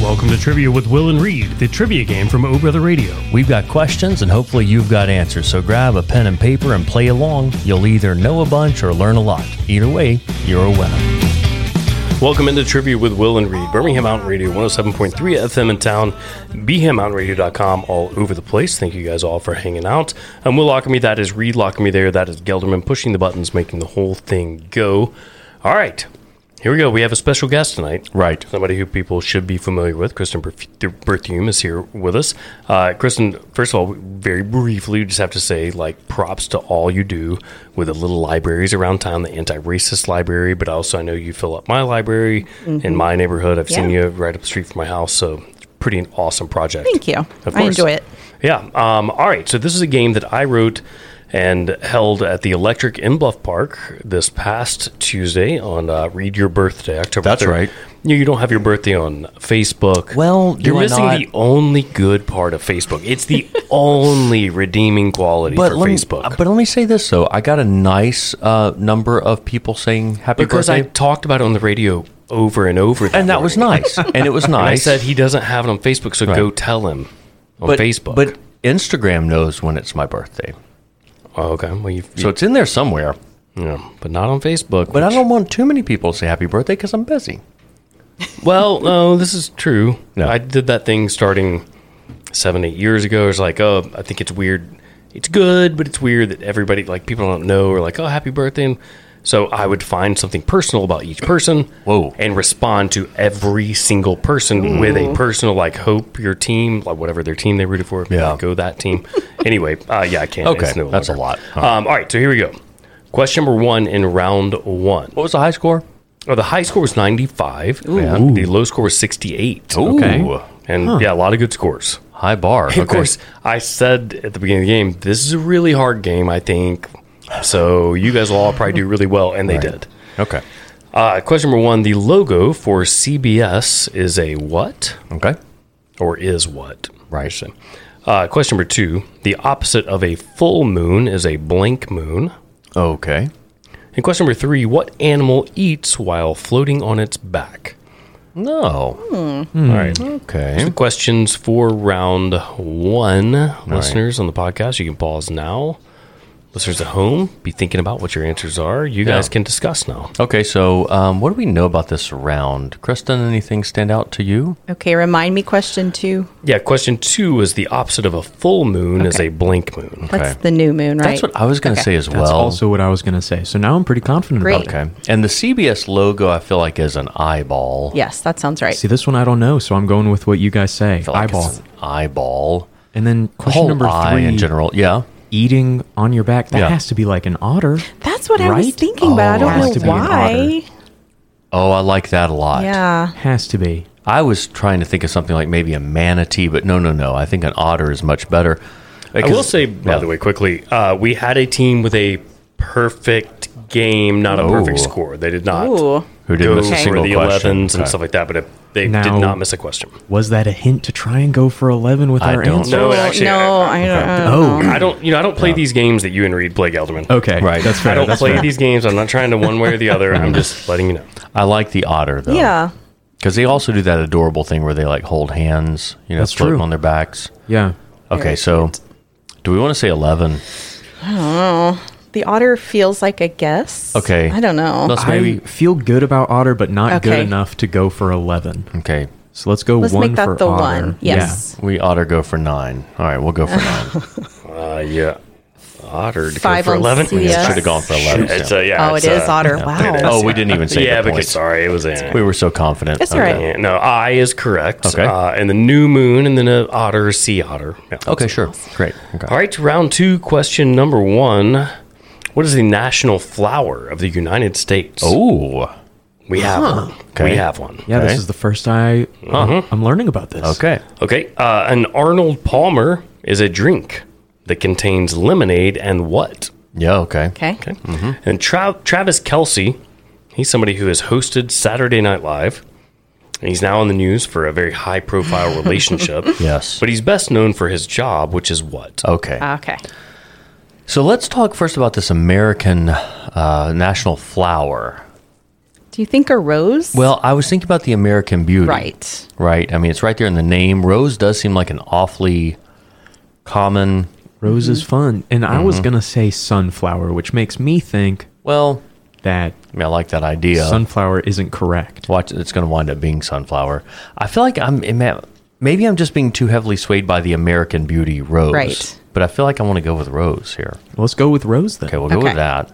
Welcome to Trivia with Will and Reed, the trivia game from O Brother Radio. We've got questions and hopefully you've got answers. So grab a pen and paper and play along. You'll either know a bunch or learn a lot. Either way, you're a winner. Welcome into Trivia with Will and Reed, Birmingham Mountain Radio 107.3 FM in town, BHamMountainRadio.com, all over the place. Thank you guys all for hanging out. I'm Will Lockery, that is Reed Lockery there, that is Gelderman pushing the buttons, making the whole thing go. All right, here we go. We have a special guest tonight. Right. Somebody who people should be familiar with. Kristen Berth- Berthume is here with us. Uh, Kristen, first of all, very briefly, we just have to say, like, props to all you do with the little libraries around town, the anti-racist library, but also I know you fill up my library in my neighborhood. I've seen Mm-hmm. Yeah. you right up the street from my house, so it's pretty an awesome project. Thank you. Of I course. enjoy it. Yeah. Um, all right. So this is a game that I wrote and held at the Electric in Bluff Park this past Tuesday on uh, Read Your Birthday, October. That's 3rd. right. You, you don't have your birthday on Facebook. Well, do you're I missing not? the only good part of Facebook. It's the only redeeming quality for let Facebook. Me, uh, but let me say this though, I got a nice uh, number of people saying happy because I birthday, talked about it on the radio over and over, and that was morning. nice, and it was And I nice. said he doesn't have it on Facebook, so Right. go tell him on but, Facebook. but Instagram knows when it's my birthday, oh, okay, well, you, so it's in there somewhere. yeah, but not on Facebook. But I which- don't want too many people to say happy birthday because I'm busy. Well, no, this is true. No. I did that thing starting seven, eight years ago. It's like, oh, I think it's weird. It's good, but it's weird that everybody, like, people don't know or like, oh, happy birthday. And so I would find something personal about each person. Whoa. And respond to every single person with a personal, like, hope your team, like, whatever their team they rooted for. Yeah. Go that team. anyway, uh, yeah, I can't. Okay, It's that's a lot. All Um, all right, so here we go. Question number one in round one. What was the high score? Oh, the high score was 95. And the low score was 68. Ooh. Okay. And yeah, a lot of good scores. High bar. Of course, I said at the beginning of the game, this is a really hard game, I think. So you guys will all probably do really well. And they did. Okay. Uh, question number one the logo for CBS is a what Okay. or is what? Right. Interesting. Uh, question number two the opposite of a full moon is a blank moon. Okay. And question number three what animal eats while floating on its back? No. Hmm. All right. Okay. the questions for round one. Listeners on the podcast, you can pause now. Listeners at home, be thinking about what your answers are. You guys can discuss now. Okay. So, um, what do we know about this round, Kristen? Anything stand out to you? Okay, remind me question two. Yeah, question two is the opposite of a full moon is a blank moon. That's Okay. the new moon, right? That's what I was going to say as That's well. also what I was going to say. So now I'm pretty confident Great. about it. okay. And the CBS logo, I feel like, is an eyeball. yes, that sounds right. See, this one I don't know, so I'm going with what you guys say. I feel like Eyeball. It's an eyeball. and then The question whole number eye three in general. Yeah. eating on your back. That Yeah. has to be like an otter. That's what I was Right? thinking, but I Oh, don't has to know be an why. Oh, I like that a lot. Yeah. Has to be. I was trying to think of something like maybe a manatee, but no, no, no. I think an otter is much better. I will say, by Yeah. the way, quickly, uh, we had a team with a perfect game, not a perfect Ooh. score. They did not Ooh. who did go miss a for single the question. 11s and Okay. stuff like that, but it, they Now- did not miss a question. Was that a hint to try and go for 11 with I our don't answer? No, Oh, it actually- no, I don't, uh, I don't Oh, I don't, you know, I don't play these games that you and Reed play, Gelderman. okay. Right. That's fair. I don't that's play fair. these games. I'm not trying to one way or the other. I'm just letting you know. I like the otter though. know. Yeah. Because they also do that adorable thing where they like hold hands, you know, That's floating true. on their backs. Yeah. Okay, so do we want to say eleven? The otter feels like a guess. Okay. I don't know. Let's maybe. I feel good about otter, but not good Okay. enough to go for 11. Okay, So let's go Let's one make that for the otter. one. Yes. we otter go for nine. All right, we'll go for nine. Uh, yeah. Otter to Five go for on 11. CBS. Yeah. Should have gone for eleven. It's, uh, yeah, oh, it it's, is uh, otter. Wow. it is. oh, we didn't even say yeah, the but point. sorry. It was in. We were so confident. It's all right. Yeah, no, I is correct. Okay. Uh, and the new moon and then an otter, sea otter. Yeah. Okay, sure, great. Okay. All right, round two, question number one. What is the national flower of the United States? Oh, we have one. Okay. We have one. Okay. Yeah, Uh-huh. this is the first I I'm learning about this. okay. Okay. Uh, an Arnold Palmer is a drink that contains lemonade and what? Yeah, okay. Okay. Okay. And Tra- Travis Kelsey, he's somebody who has hosted Saturday Night Live. And he's now in the news for a very high profile relationship. Yes. But he's best known for his job, which is what? Okay. Okay. So let's talk first about this American uh, national flower. Do you think a rose? Well, I was thinking about the American Beauty. right. Right. I mean, it's right there in the name. Rose does seem like an awfully common. Rose is fun. And I Mm-hmm. was going to say sunflower, which makes me think Well, that I mean, I like that idea. sunflower isn't correct. Watch, it's going to wind up being sunflower. I feel like I'm it may- maybe I'm just being too heavily swayed by the American Beauty rose. Right. But I feel like I want to go with rose here. Let's go with rose then. Okay, we'll go Okay. with that.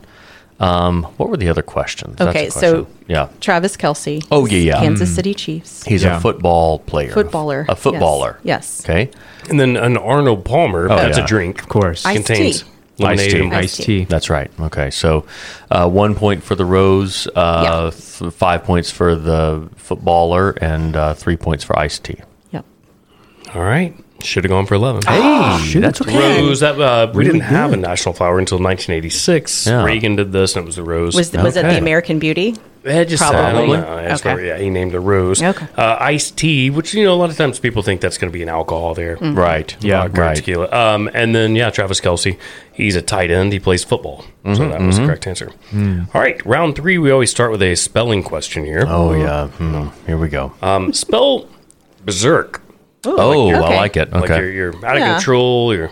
Um, what were the other questions? That's Okay, a so- yeah, Travis Kelsey. Oh, yeah, yeah. Kansas City Chiefs. he's Yeah. a football player, Footballer. a footballer. Yes. yes. Okay, And then an Arnold Palmer. that's yeah. a drink. Of course. I- Iced Contains tea. lemonade Iced tea. and Iced Iced tea. that's right. Okay, so uh, one point for the rose, uh, f- five points for the footballer, and uh, three points for iced tea. Yep. All right. Should have gone for 11. Oh, Hey, that's okay. Rose. That, uh, we Really didn't have good. a national flower until 1986. Yeah. Reagan did this, and it was the rose. Was was it Okay. the American Beauty? Eh, just Probably. I don't know. That's Okay. where- yeah, he named the rose. Okay. Uh, iced tea, which, you know, a lot of times people think that's going to be an alcohol there. Right. Yeah, Vodka or Mm. Right. Tequila. Um, and then, yeah, Travis Kelsey. He's a tight end. He plays football. Mm-hmm, So that was the correct answer. All right. Round three, we always start with a spelling question here. Mm. Oh yeah. Hmm. Here we go. Uh, Um, spell berserk. oh, okay. I like it. Okay. Like you're, you're out of Yeah. control. You're,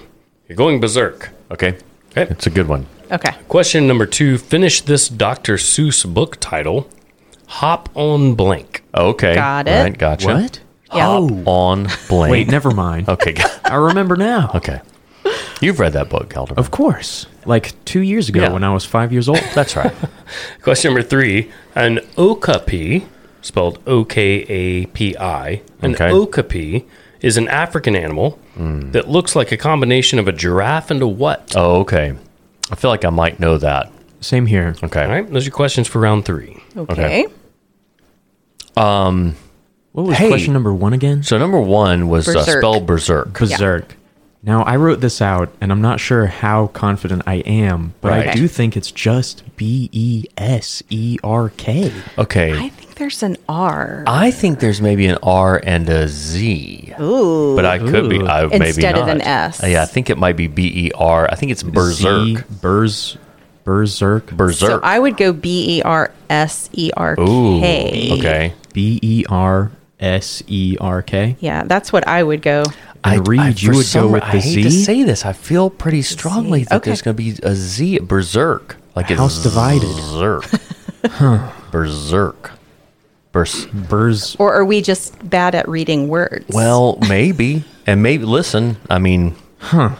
you're going berserk. okay. Okay. It's a good one. Okay. Question number two Finish this Dr. Seuss book title Hop on Blank. Okay. Got it. Right, gotcha. What? Oh. Yeah. Hop on blank. Wait, never mind. Okay. got- I remember now. Okay. You've read that book, Calder. Of course. Like two years ago Yeah. when I was five years old. That's right. Question number three An okapi, spelled O K A P I, an Okay. Hmm. okapi is an African animal that looks like a combination of a giraffe and a what? Oh, okay. I feel like I might know that. Same here. Okay. All right, those are your questions for round three. Okay. What was Hey. question number one again? So number one was uh, Berserk. spell berserk. Berserk. Now, I wrote this out, and I'm not sure how confident I am, but I Right. do think it's just B E S E R K. Okay. I I, think there's an R. Oh, think there's maybe an R and a Z. Ooh. But I could be. I, maybe Instead of not. an S. Yeah, I think it might be B E R. I think it's berserk. Z, Berz, berserk. so Berserk. I would go B E R S E R K. Ooh. Okay. B E R S E R K. Yeah, that's what I would go. And Reed, you for would go some- with I the hate to Z? say this. I feel pretty strongly that Okay. there's going to be a Z berserk. Like it's House divided. Berserk. berserk. Bers- Berz. Or are we just bad at reading words? well, maybe. And maybe, listen, I mean, Yeah.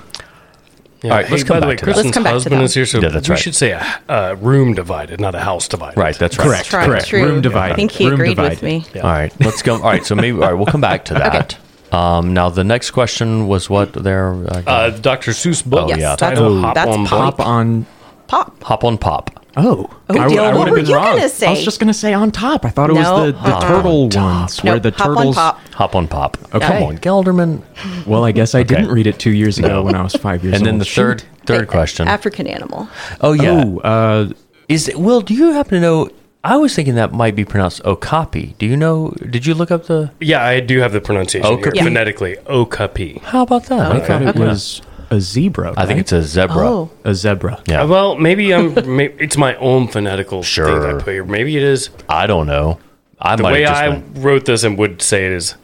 All right, let's Hey, by the way, come back to that. Let's Kristen's come back to husband that. is here, so Yeah, that's we right. should say a, a room divided, not a house divided. right, that's right. Correct. Try- correct. true. Room I divided. think he Room agreed divided. with me. All right, let's go. All right, so maybe, all right, we'll come back to that. Um, now, the next question was what there? Uh, Uh, Dr. Seuss book Oh, Yes, yeah. that's- title Hop that's on Blank. pop. Pop on. Pop. hop on pop. Oh, Oh, Dale, what would- would've were been you gonna I say? was just gonna say on top. I thought it No, was the, the uh-uh. turtle ones where Nope, the hop on turtles. pop. Hop on pop. Okay. Come on, Gelderman. Well, I guess I didn't read it two years ago when I was five years And old. then the Shoot. third third question. African animal. Oh, yeah. Oh, uh, Is it, Will? Do you happen to know? I was thinking that might be pronounced okapi. Do you know? Did you look up the? Yeah, I do have the pronunciation here, Okapi. phonetically. Okapi. How about that? I thought it was a zebra. I think right? it's a zebra. Oh. a zebra. Yeah. Uh, Well, maybe I'm. may it's my own phonetical thing that I Sure. put here. Maybe it is I don't know. I the might way have just I been- wrote this and would say it is.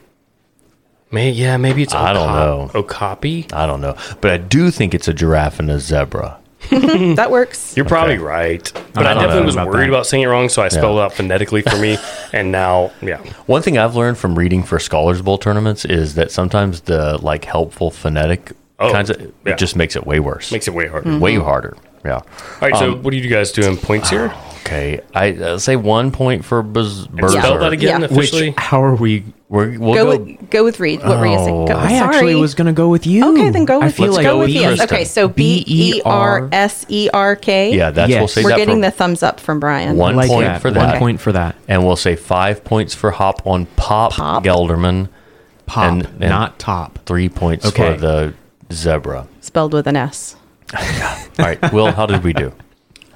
May yeah, maybe it's. I don't know. Okapi. I don't know, but I do think it's a giraffe and a zebra. Oh, That works. You're probably right, but I, don't definitely know was about worried that. about saying it wrong, so I spelled it out phonetically for me, and now yeah. One thing I've learned from reading for Scholars Bowl tournaments is that sometimes the like helpful phonetic Oh, kinds of yeah. it just makes it way worse. Makes it way harder. Mm-hmm. way harder. Yeah. All right, so what are you guys doing? Points here. Okay. I uh, say one point for Buzz. Spell that again Yeah. officially. Which how are we? We're, we'll go. Go with go with Reed. What were you saying? Go, I sorry. actually was gonna go with you. okay, then go with I feel let's like go with yes. Kristen. Okay, so B E R S E R K. yeah, that's we'll Yes. say we're that getting for the thumbs up from Brian. one I like point that. for One that. point for that. and we'll say five points for Hop on Pop, Gelderman, Pop, And- and- not top. three points Okay. for the zebra. spelled with an S. All right, Will, how did we do?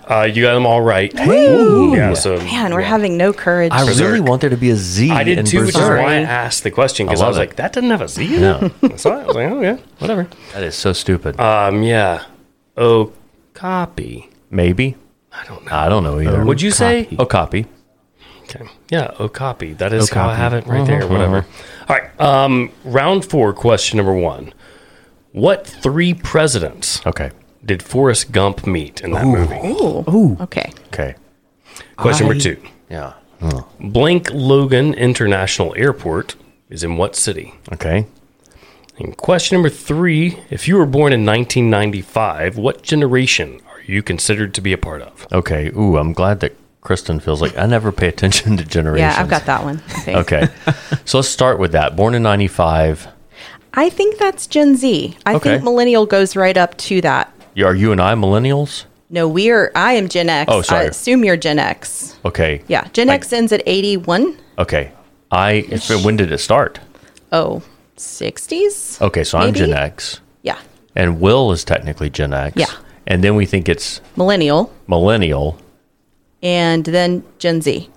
Uh, you got them all right. Woo! Yeah, so Man, we're having no courage. I really Berserk. want there to be a Z. I did in too, which is Berserk. why I asked the question because I, love was it. like, that doesn't have a Z. in No, it. So I was like, oh yeah, whatever. that is so stupid. Um, yeah. Oh, copy. Maybe I don't know. I don't know either. Would you say Oh, copy. Okay. Yeah, Okapi. That is how I Okapi. have it right there. Uh-huh. Whatever. All right. Um, round four, question number one. What three presidents Okay. did Forrest Gump meet in that movie? Ooh. Okay. Okay. Question Oh, I- number two. Yeah. Blank Logan International Airport is in what city? Okay. And question number three. If you were born in 1995, what generation are you considered to be a part of? Okay. Ooh, I'm glad that Kristen feels like I never pay attention to generations. Yeah, I've got that one. I think. Okay. so let's start with that. Born in 95. I think that's Gen Z. I Okay. think millennial goes right up to that. Yeah, Are you and I millennials? No, we are. I am Gen X. Oh, sorry. I assume you're Gen X. Okay. Yeah, Gen X ends at 81. Okay. I if, when did it start? Oh, 60s. Okay, so I'm Maybe? Gen X. Yeah, And Will is technically Gen X. Yeah. And then we think it's millennial, millennial. and then Gen Z.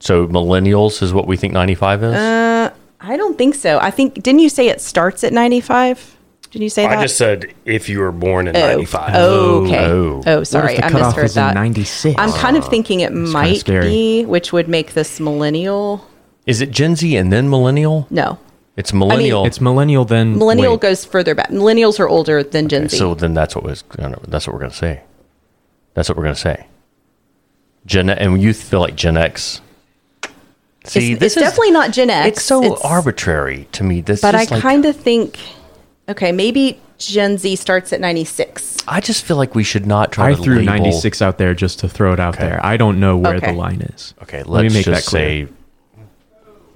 So millennials is what we think 95 is? Uh, I don't think so. I think didn't you say it starts at 95? Did you say that? I just said if you were born in Oh, 95. okay. Oh. Oh, What if sorry, the I cutoff misheard is in that. 96? I'm kind of thinking it might scary. be, which would make this millennial. is it Gen Z and then millennial? No, It's millennial. It's millennial then. millennial wait. goes further back. Millennials are older than Gen Z. so then that's what was that's what we're going to say. That's what we're going to say. Gen and you feel like Gen X. See, it's, this is it's definitely not Gen X. it's so It's- arbitrary to me. This But I is like- kind of think, okay, maybe Gen Z starts at 96. I just feel like we should not try I to threw label- 96 out there just to throw it out there. I don't know where Okay. the line is. Okay, let's Let me make just that clear. say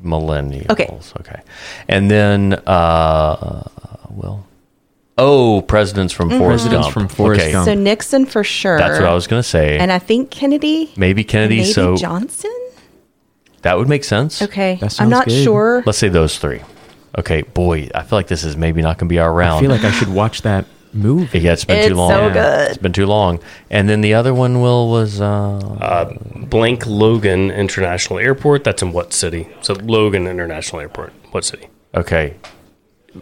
millennials. Okay. okay, and then uh, well, oh, presidents Mm-hmm. from Forrest Presidents Gump. from Forrest okay. Gump. So Nixon for sure. Oh. That's what I was gonna say. And I think Kennedy. maybe Kennedy. Maybe so Johnson. that would make sense. Okay, That I'm sounds not good. sure. Let's say those three. Okay, boy, I feel like this is maybe not gonna be our round. I feel like I should watch that movie. yeah, it's been It's too long. so good. It's been too long. And then the other one, Will, was uh, Blank Logan International Airport. That's in what city? So Logan International Airport. What city? okay.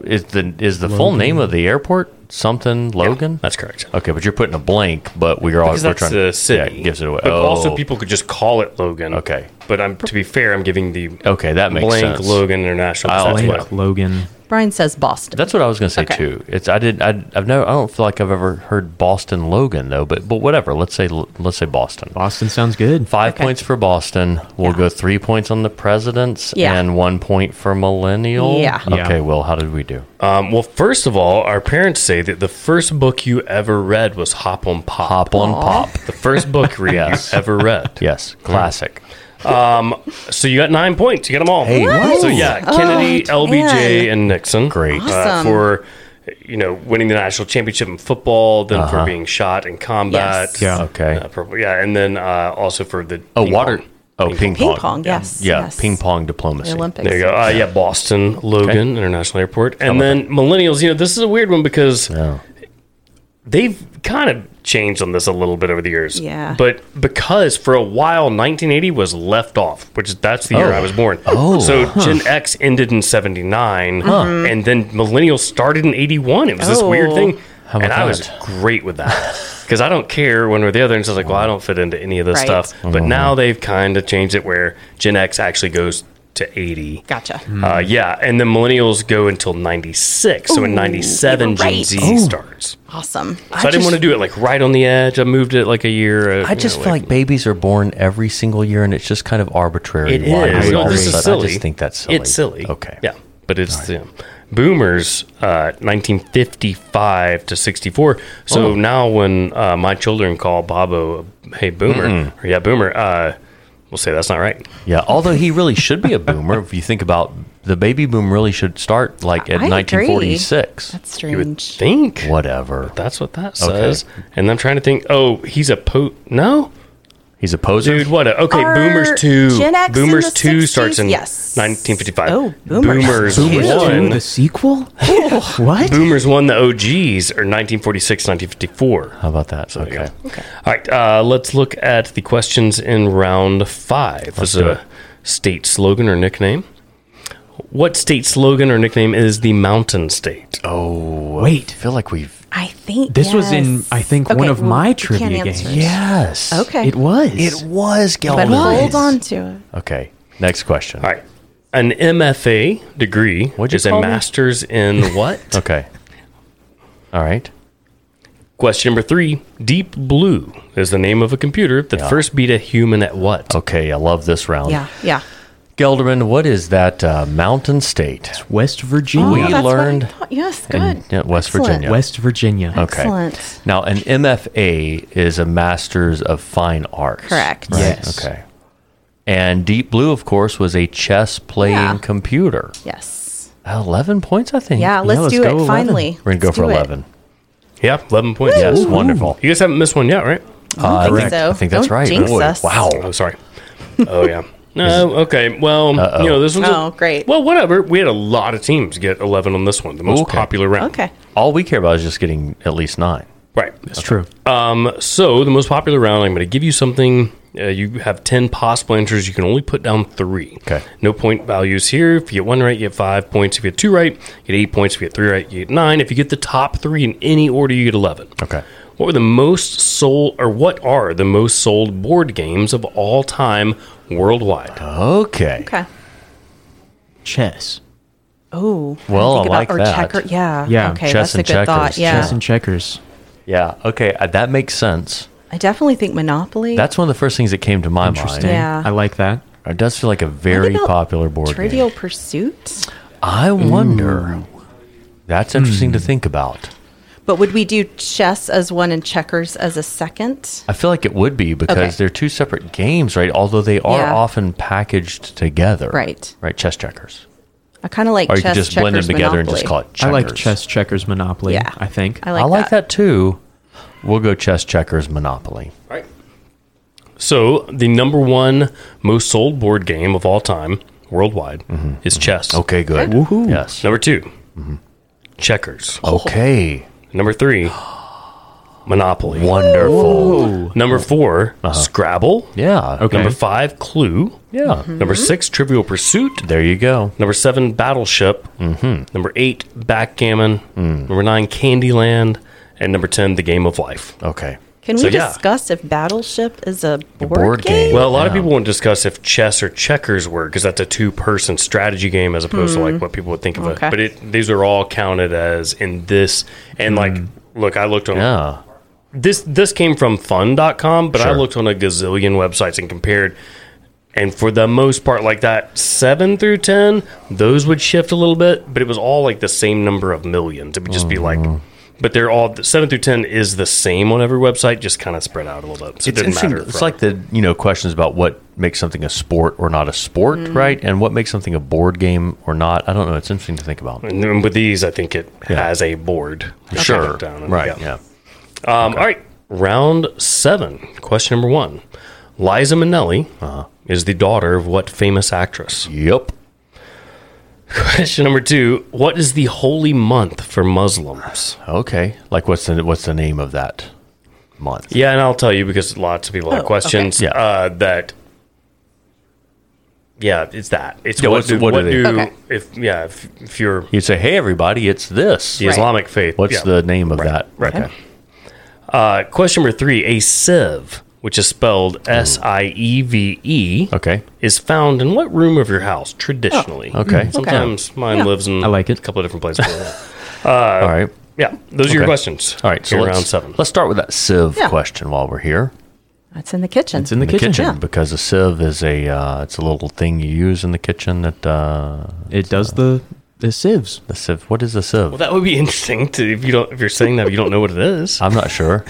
Is the is the full name of the airport something Logan? That's correct. Okay, but you're putting a blank, but we're all Because we're that's trying the city. Yeah, it gives it away. But oh, also, people could just call it Logan. Okay. But I'm to be fair, I'm giving the Okay, that makes blank sense. Oh, Logan International. I'll- That's Blank what- Logan. Brian says Boston. That's what I was going to say Okay. too. It's I did I, I've never I don't feel like I've ever heard Boston Logan though, but but whatever. Let's say let's say Boston. Boston sounds good. Five points for Boston. We'll go three points on the presidents Yeah. and one point for millennial. Yeah. Yeah. Okay. Well, how did we do? um, well, first of all, our parents say that the first book you ever read was Hop on Pop. Hop on pop. The first book read Yes. you ever read. Yes. Classic. So you got nine points. You got them all. Hey, What? So yeah, Kennedy, Oh, LBJ, man. and Nixon. Great. uh, Awesome. for you know winning the national championship in football, then Uh-huh. for being shot in combat. Yes. Yeah. Okay. Uh, purple, yeah, and then uh, also for the oh, ping water. pong. Oh, ping, Ping pong. pong, Yeah. yes, Yeah. yes. Ping pong diplomacy. the Olympics. There you go. Uh, yeah, Boston Logan International Airport, and then millennials. You know, this is a weird one because Oh. they've kind of changed on this a little bit over the years. Yeah. But because for a while, 1980 was left off, which is that's the year Oh. I was born. Oh. so Gen X endid in 79, and then millennials started in 81. It was this weird Oh. thing. about and I was that? great with that because I don't care one way or the other. And so I was like, well, I don't fit into any of this Right. stuff. But now they've kind of changed it where Gen X actually goes to 80. Gotcha. Hmm. Uh, yeah, and then millennials go until 96. so in Ooh, 97, you were Gen right. Oh, Z starts. Awesome. So I, didn't want to do it like right on the edge. I moved it like a year. Uh, I just you know, feel like babies are born every single year, and it's just kind of arbitrary. it why is. we No, all this of a is sudden- silly. I just think that's silly. It's silly. Okay. Yeah, but it's the boomers, uh, 1955 to 64. So now when uh, my children call Bobo, hey boomer, or yeah boomer, uh, we'll say that's not right. Yeah. Although he really should be a boomer if you think about the baby boom. Really should start like at I agree. 1946. That's You would strange. think Whatever. that's what that Okay. says. And I'm trying to think. Oh, he's a po. No. He's a poser. Dude, what? A, okay, Are Boomers two. Gen X in Boomers the two 60s? starts in Yes. 1955. Oh, Boomers two. Boomers Boomers Ooh, one. the sequel? what? Boomers one. The OGs are 1946, 1954. How about that? okay. All right, uh, let's look at the questions in round 5 this is do a it. state slogan or nickname. What state slogan or nickname is the Mountain State? Oh, I Wait. feel like we've I think This was in, yes. I think, one Okay, of well, my we can't trivia answer games. it. Yes. Okay. It was. It was But Galvin. hold on to it. Okay. Next question. All right. An MFA degree What'd you is a call me? master's in what? Okay. All right. Question number three Deep Blue is the name of a computer that Yeah. first beat a human at what? Okay. I love this round. Yeah, yeah. Gelderman, what is that uh, mountain state? West Virginia. Oh, We that's what I learned thought. Yes, good. in- yeah, West Excellent. Virginia. West Virginia. Okay. Excellent. Now, an MFA is a Master's of Fine Arts. Correct. Right? Yes. Okay. And Deep Blue, of course, was a chess playing Yeah. computer. Yes. 11 points, I think. Yeah, let's let's do go it 11. finally. We're going to go Let's for do it. 11. Yeah, 11 points. Yes, wonderful. You guys haven't missed one yet, right? Uh, think I, think, so. I think that's Don't right. jinx us. Wow. Oh, sorry. Oh, yeah. No, okay. Well, you know, this one's. a- Oh, great. Well, whatever. We had a lot of teams get 11 on this one, the most Okay. popular round. Okay. All we care about is just getting at least nine. Right. That's true. Uh, Um, so the most popular round, I'm going to give you something. Uh, you have ten possible answers. You can only put down three. Okay. No point values here. If you get one right, you get five points. If you get two right, you get eight points. If you get three right, you get nine. If you get the top three in any order, you get eleven. Okay. What were the most sold, or what are the most sold board games of all time worldwide? Okay. Okay. Chess. Oh. Well, I like or that. Checker. Yeah. Yeah. Okay, Chess that's a and good thought. checkers. Yeah. Chess and checkers. Yeah. Okay. Uh, that makes sense. I definitely think Monopoly. That's one of the first things that came to my mind. Interesting. Yeah. I like that. It does feel like a What very about popular board Trivial game. Pursuit. I wonder. That's interesting to think about. But would we do chess as one and checkers as a second? I feel like it would be because Okay. they're two separate games, right? Although they are Yeah. often packaged together. Right. Right. Chess checkers. I kind of like Or you could chess just checkers blend them together Monopoly. and just call it checkers. I like chess checkers Monopoly. Yeah. I think. I I like, like, that. too. We'll go chess checkers Monopoly. Right. So the number one most sold board game of all time worldwide is chess. Mm-hmm. Okay, Mm-hmm. good. Woohoo. Yes. Number 2 checkers. Oh. Okay. Number three, Monopoly. Wonderful. Uh-huh. Number 4 Scrabble. Yeah. Okay. Number five, Clue. Yeah. Mm-hmm. Mm-hmm. Number six, Trivial Pursuit. There you go. Number seven, Battleship. Mm-hmm. Number eight, Backgammon. Mm. Number nine, Candyland. And number 10, The Game of Life. Okay. Can So, we yeah. discuss if Battleship is a board, board game. game? Well, a lot of Yeah. people won't discuss if chess or checkers were because that's a two person strategy game as opposed to Mm-hmm. like what people would think of Okay. it. But it, these are all counted as in this. And like, look, I looked on Mm. Yeah. this this came from fun.com but i Sure. looked on a gazillion websites and compared and for the most part like that 7 through 10 those would shift a little bit but it was all like the same number of millions it would just be Mm-hmm. like but they're all 7 through 10 is the same on every website just kind of spread out a little bit so it It's doesn't interesting. matter It's from- like the you know questions about what makes something a sport or not a sport, Mm-hmm. right? And what makes something a board game or not. I don't know. It's interesting to think about. and then with these i think it has a board Sure. down and- right. yeah. yeah. Um, All right, round seven. Question number one: Liza Minnelli Uh-huh. is the daughter of what famous actress? Yep. Question number two: What is the holy month for Muslims? Okay. Like what's the what's the name of that month? Yeah, and I'll tell you because lots of people have Oh, questions. okay. Yeah. Uh, that. Yeah, it's that. It's Yeah, what, what's- do, what what, do they- do Okay. if yeah if, if you're You'd say, "Hey everybody, it's this." the Islamic faith. What's yeah. the name of that? right? Okay. Uh, question number three: A sieve, which is spelled S I E V E, Okay. is found in what room of your house traditionally? okay. Mm, sometimes mine Yeah. lives in I like it. a couple of different places. All right. yeah, those are your Okay. questions. All right. So Here, let's, round seven. Let's start with that sieve Yeah. question while we're here. That's in the kitchen. It's in the, The kitchen, kitchen. because a sieve is a uh, it's a little thing you use in the kitchen that uh, It does the the sieves. the sieve. What is a sieve? Well, that would be interesting to if you don't if you're saying that but you don't know what it is. I'm not sure.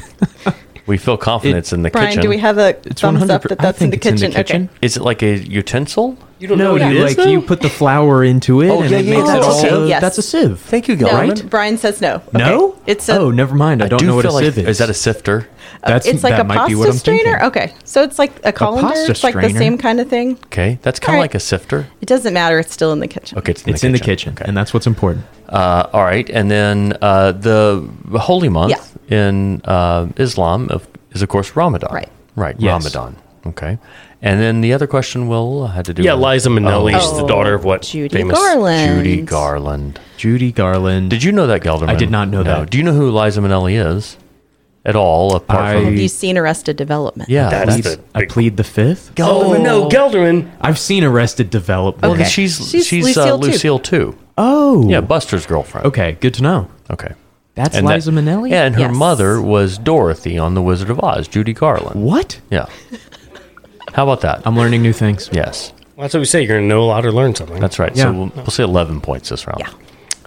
we feel confident It- it's in the Brian, kitchen. do we have a It's one thumbs hundred. up that that's in the kitchen? Okay. Is it like a utensil? You don't No, know what it you is. like you put the flour into it. Oh, and yeah, it yeah, makes yeah, it that's a all- sieve, yes. That's a sieve. Thank you, No, Gilman. Brian says no. No, Okay. It's a oh, never mind. I don't do know what a feel sieve like, is. Uh, Is that a sifter? That's, it's like that a might be what pasta I'm thinking. strainer. Okay, so it's like a colander. pasta it's like the strainer? same kind of thing. Okay, that's kind of All right. like a sifter. It doesn't matter. It's still in the kitchen. Okay, it's in It's the in the kitchen. kitchen, and that's what's important. Uh, all right, and then uh, the holy month in uh, Islam of, is, of course, Ramadan. Right. Right. Yes. Ramadan. Okay. And then the other question will had to do Yeah, with- Liza Minnelli Oh, is the daughter of what Judy famous? Garland. Judy Garland. Judy Garland. Did you know that Gelderman? I did not know No. that. Do you know who Liza Minnelli is at all? Apart I- from Have you seen Arrested Development? yeah, That's that's- the- I plead the fifth. Oh no, Gelderman. I've seen Arrested Development. well, Okay. she's she's, She's Lucille, uh, Lucille too. Lucille too. Oh, Yeah, Buster's girlfriend. Okay, good to know. Okay. That's And that- Liza Minnelli. Yeah, and her Yes. mother was Dorothy on The Wizard of Oz, Judy Garland. What? Yeah. How about that? I'm learning new things. yes, Well, that's what we say. You're gonna know a lot or learn something. that's right. Yeah. So we'll, we'll say 11 points this round. Yeah.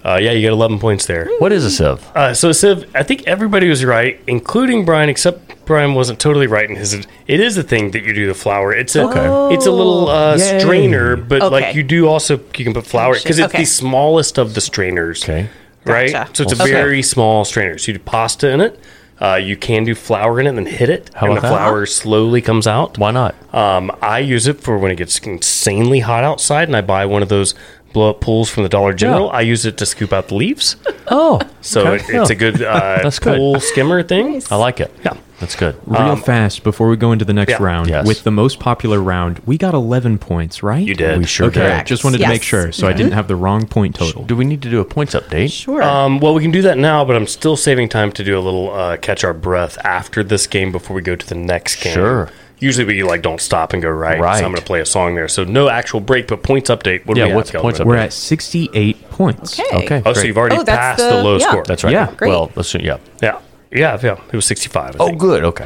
Uh, yeah, you get 11 points there. What is a sieve? Uh, so, Siv, I think everybody was right, including Brian, except Brian wasn't totally right in his. It is a thing that you do the flour. It's a Okay. it's a little Oh. uh, Yay. strainer, but Okay. like you do also you can put flour because it's Okay. the smallest of the strainers. Okay. right? Gotcha. So it's a Okay. very small strainer. So you do pasta in it. Uh, you can do flour in it, and then hit it, How and the about that? flour slowly comes out. Why not? Um, I use it for when it gets insanely hot outside, and I buy one of those blow up pools from the Dollar General. I use it to scoop out the leaves. Oh, So okay. it, it's Yeah. a good uh, That's good. pool skimmer thing. I like it. Yeah, that's good. Real fast before we go into the next yeah, round yes. with the most popular round, we got 11 points, right? You did. We sure okay, Correct. just wanted Yes. to make sure so I didn't have the wrong point total. Do we need to do a points update? Sure. Um, well, we can do that now, but I'm still saving time to do a little uh, catch our breath after this game before we go to the next game. Sure. Usually we like don't stop and go right. Right. So I'm going to play a song there. So no actual break, but points update. What do Yeah, we have, what's Calvin? points We're at 68 points. okay. Okay. Oh, so you've already Oh, that's passed the, the- low yeah. score. That's right. Yeah. Great. Well, let's see. Yeah. yeah, yeah, yeah. It was 65. I Oh, think. good. Okay.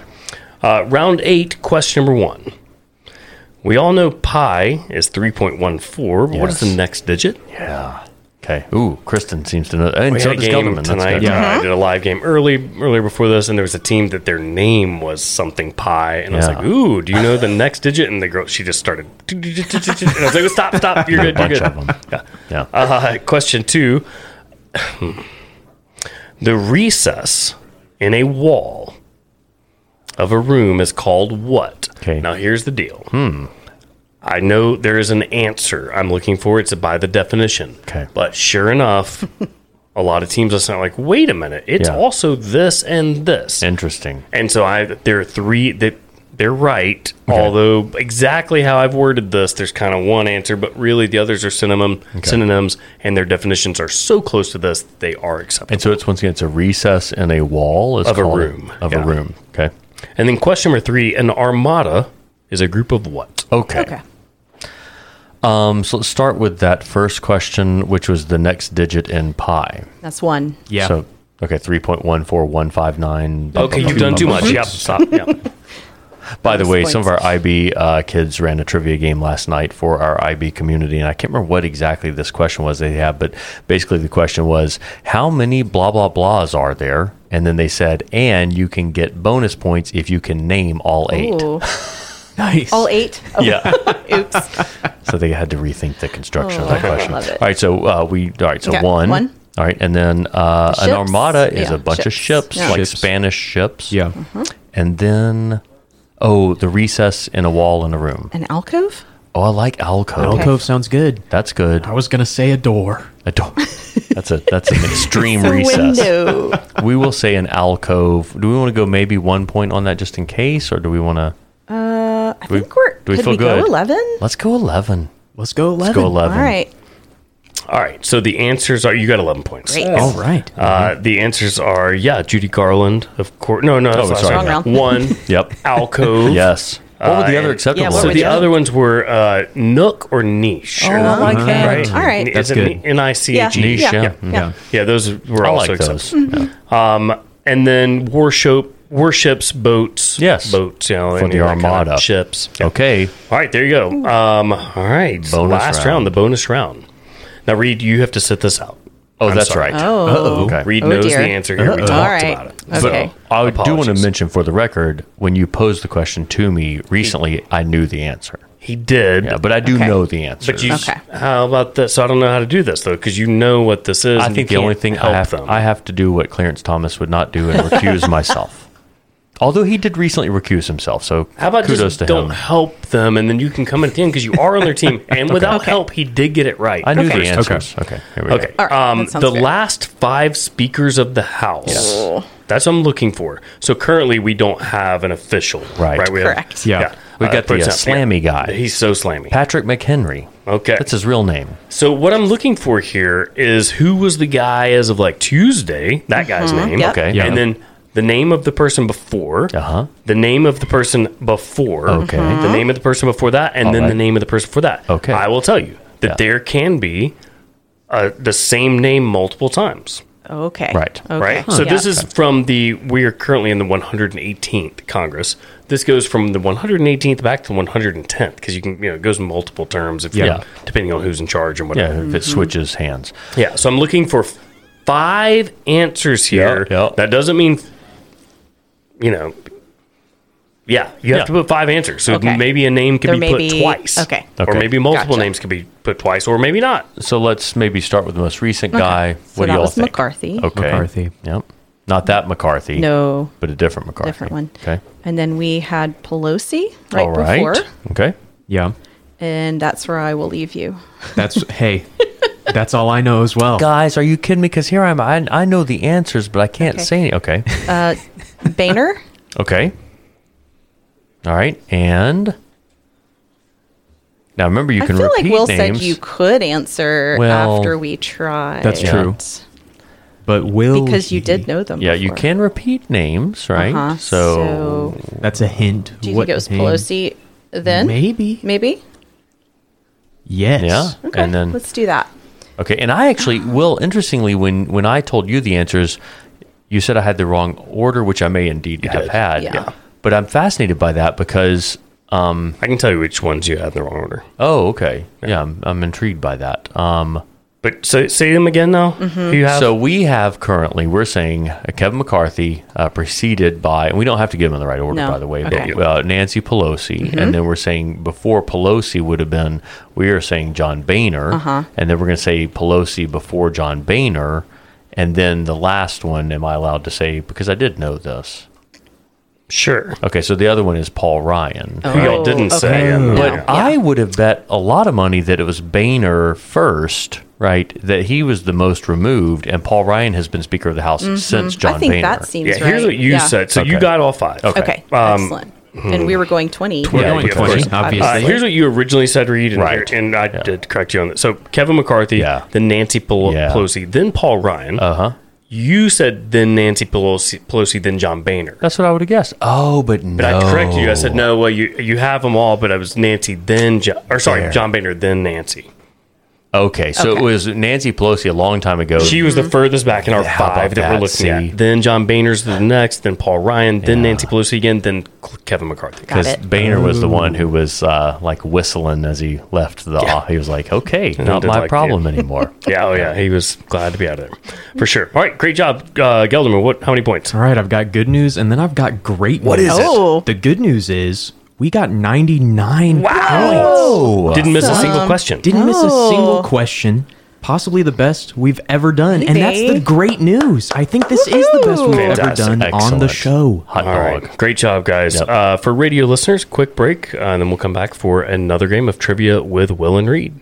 Oh. Uh, round eight, question number one. We all know pi is 3.14. But What is Yes. the next digit? Yeah. Okay. Ooh, Kristen seems to know. And We so had a does game Gelderman. That's tonight. good. Yeah, I did a live game early earlier before this, and there was a team that their name was something pie, and I was Yeah. like, "Ooh, do you know the next digit?" And the girl, she just started, and I was like, "Stop, stop, you're good, you're Bunch good." of them. Yeah. Uh, question two: The recess in a wall of a room is called what? Okay. Now here's the deal. Hmm. I know there is an answer I'm looking for. It's by the definition. Okay. But sure enough, a lot of teams are saying like, "Wait a minute! It's Yeah. also this and this." Interesting. And so I there are three that they're right, although exactly how I've worded this, there's kind of one answer, but really the others are synonym synonyms, and their definitions are so close to this that they are acceptable. And so it's once again it's a recess in a wall is Of a called- room. Of Yeah. a room. Okay. And then question number three: An armada is a group of what? Okay. Okay. Um, so let's start with that first question, which was the next digit in pi. That's one. Yeah. So okay, three point one four one five nine. Okay, you've done too much. Yep, stop. Yep. By the way, some of Points. our IB uh, kids ran a trivia game last night for our IB community, and I can't remember what exactly this question was they had, but basically the question was, how many blah blah blahs are there? And then they said, and you can get bonus points if you can name all eight. Ooh. nice. All eight? Oh, Yeah. Oops. so they had to rethink the construction of Oh, that I question. love it. All right, so uh, we all right, so Okay, one, one. All right, and then uh, an Ships? armada is Yeah, a bunch of ships. ships, Yeah. like Ships. Spanish ships. Yeah. and then oh, the recess in a wall in a room. An alcove? Oh, I like alcove. Okay. Alcove sounds good. That's good. I was going to say a door. A door. That's a that's an extreme A recess. window. We will say an alcove. Do we want to go maybe one point on that just in case, or do we want to? I think we're. do we could feel we go good? 11? Let's go eleven. Let's go 11. Let's go All eleven. right. All right. So the answers are you got 11 points. Great. All Oh. right. Uh, the answers are yeah, Judy Garland, of course. No, no, that's Oh, not- sorry. Wrong round. One. Yep. Alcove. Yes. What were Uh, the and- other acceptable? Yeah, what ones? So were the Yeah. other ones were uh, Nook or Niche. Oh, I like that. Right? All right. Is That's it good. N I C H E? Niche, yeah. Yeah. Mm. Yeah. Yeah, those were I also like those. acceptable. Mm-hmm. And then warship, warships, boats. Yes. Boats, you know, For any the of that kind of armada. ships. Okay. All right, there you go. Um, all right. Bonus Last round. round. the bonus round. Now, Reed, you have to sit this out. Oh, I'm that's sorry. right. Oh. Okay. Reed Oh, knows dear. the answer here. We Uh-oh. talked All right. about it. But Okay. I do want to Apologies. mention for the record, when you posed the question to me recently, I knew the answer. He did. Yeah, but I do Okay. know the answer. But you, Okay. how about this? So I don't know how to do this though, because you know what this is. I and you think the only can't thing I help have, them. I have to do what Clarence Thomas would not do and recuse myself. Although he did recently recuse himself, so how about kudos just to don't him. help them, and then you can come in at the end because you are on their team. And without help, he did get it right. I knew Okay. the answers. Okay, here we go. Okay. All right, um, that sounds the good. last five speakers of the House. Yes. That's what I'm looking for. So currently, we don't have an official. Right. Right. We have- Correct. Yeah. yeah. We've Uh, got the puts uh, up- slammy guy, He's so slammy. Patrick McHenry. Okay. That's his real name. So what I'm looking for here is who was the guy as of like Tuesday, that guy's name. Mm-hmm. Yep. Okay. Yeah. And then the name of the person before. Uh-huh. The name of the person before. Okay. Mhm. Mm-hmm. The name of the person before that and All then the right. name of the person before that. Okay. I will tell you that Yeah. there can be uh, the same name multiple times. Okay. Right. Okay. Right. So Yeah. this is from the we are currently in the 118th Congress. This goes from the 118th back to the 110th because you can you know it goes multiple terms if Yeah. yeah. depending on who's in charge and Yeah, whatever. if it Mm-hmm. switches hands. Yeah, so I'm looking for f- five answers here. Yeah, yeah. That doesn't mean, you know, yeah, you have Yeah. to put five answers. So Okay. maybe a name can There be may put be- twice. okay. Or Okay. maybe multiple Gotcha. names can be put twice, or maybe not. So let's maybe start with the most recent guy. So What do that y'all was think? McCarthy. Okay. McCarthy. Yep. Not that McCarthy. No, But a different McCarthy. different one. Okay. And then we had Pelosi right, All right. before, Okay. Yeah. and that's where I will leave you. That's hey. That's all I know as well. Guys, are you kidding me? Because here I'm. I, I know the answers, but I can't Okay. say any. Okay. Uh, Boehner, okay. All right. And now remember, you I can feel like repeat Will names. said you could answer Well, after we tried. That's true. But will Because you he- did know them. Oh, yeah, you before. can repeat names, right? Uh-huh. So, That's a hint. do you What think it was name? Pelosi then? Maybe. Maybe. Yes. yeah, Okay. and then let's do that. Okay, and I actually will. Interestingly, when when I told you the answers, you said I had the wrong order, which I may indeed have did, had. yeah. Yeah. But I'm fascinated by that because I can tell you which ones you had in the wrong order. oh, okay, yeah, I'm, I'm intrigued by that. Um, But so, say them again now. Mm-hmm. You have so we have currently we're saying uh, Kevin McCarthy uh, preceded by, and we don't have to give them in the right order, No. by the way. Okay. Mm-hmm. But uh, Nancy Pelosi, and then we're saying before Pelosi would have been, we are saying John Boehner, Uh-huh. and then we're going to say Pelosi before John Boehner, and then the last one. Am I allowed to say because I did know this? sure. Okay, so the other one is Paul Oh, Ryan. Who y'all didn't say. and- No. But Yeah. I would have bet a lot of money that it was Boehner first, right? That he was the most removed, and Paul Ryan has been Speaker of the House since John Mm-hmm. I think Boehner. that seems Yeah, right. here's what you Yeah. said. So you Okay. got all five. Okay. Okay, Um, excellent. And we were going 20. We're Yeah, going yeah, of 20, course. obviously. Uh, here's what you originally said, Reed, and, Right. and I did correct you on that. So Kevin McCarthy, Yeah. then Nancy Pel- Yeah. Pelosi, then Paul Ryan. uh huh. you said then Nancy Pelosi, Pelosi then John Boehner. That's what I would have guessed. Oh, but no. But I corrected you. I said no. Well, you you have them all, but I was Nancy then John, or sorry, There. Mm-hmm. John Boehner then Nancy. Okay, so Okay. it was Nancy Pelosi a long time ago. She was the furthest back in our How about five that, that? we're looking See? at. Then John Boehner's the next. Then Paul Ryan. Then Nancy Pelosi again. Then Cl- Kevin McCarthy. Got because it. Boehner was the one who was uh, like whistling as he left the. He was like, "Okay, not did my like you. problem anymore." Yeah, oh yeah, he was glad to be out of there for sure. All right, great job, uh, Gelderman. What? How many points? All right, I've got good news and then I've got great news. What is it? Oh. The good news is we got 99 Oh, Didn't miss a single question. Didn't miss a single Oh. question. Possibly the best we've ever done. And that's the Maybe. great news. I think this is the best we've ever Fantastic. done on the Excellent. show. hot All right, dog. Great job, guys. Yep. Uh, for radio listeners, quick break, uh, and then we'll come back for another game of trivia with Will and Reed.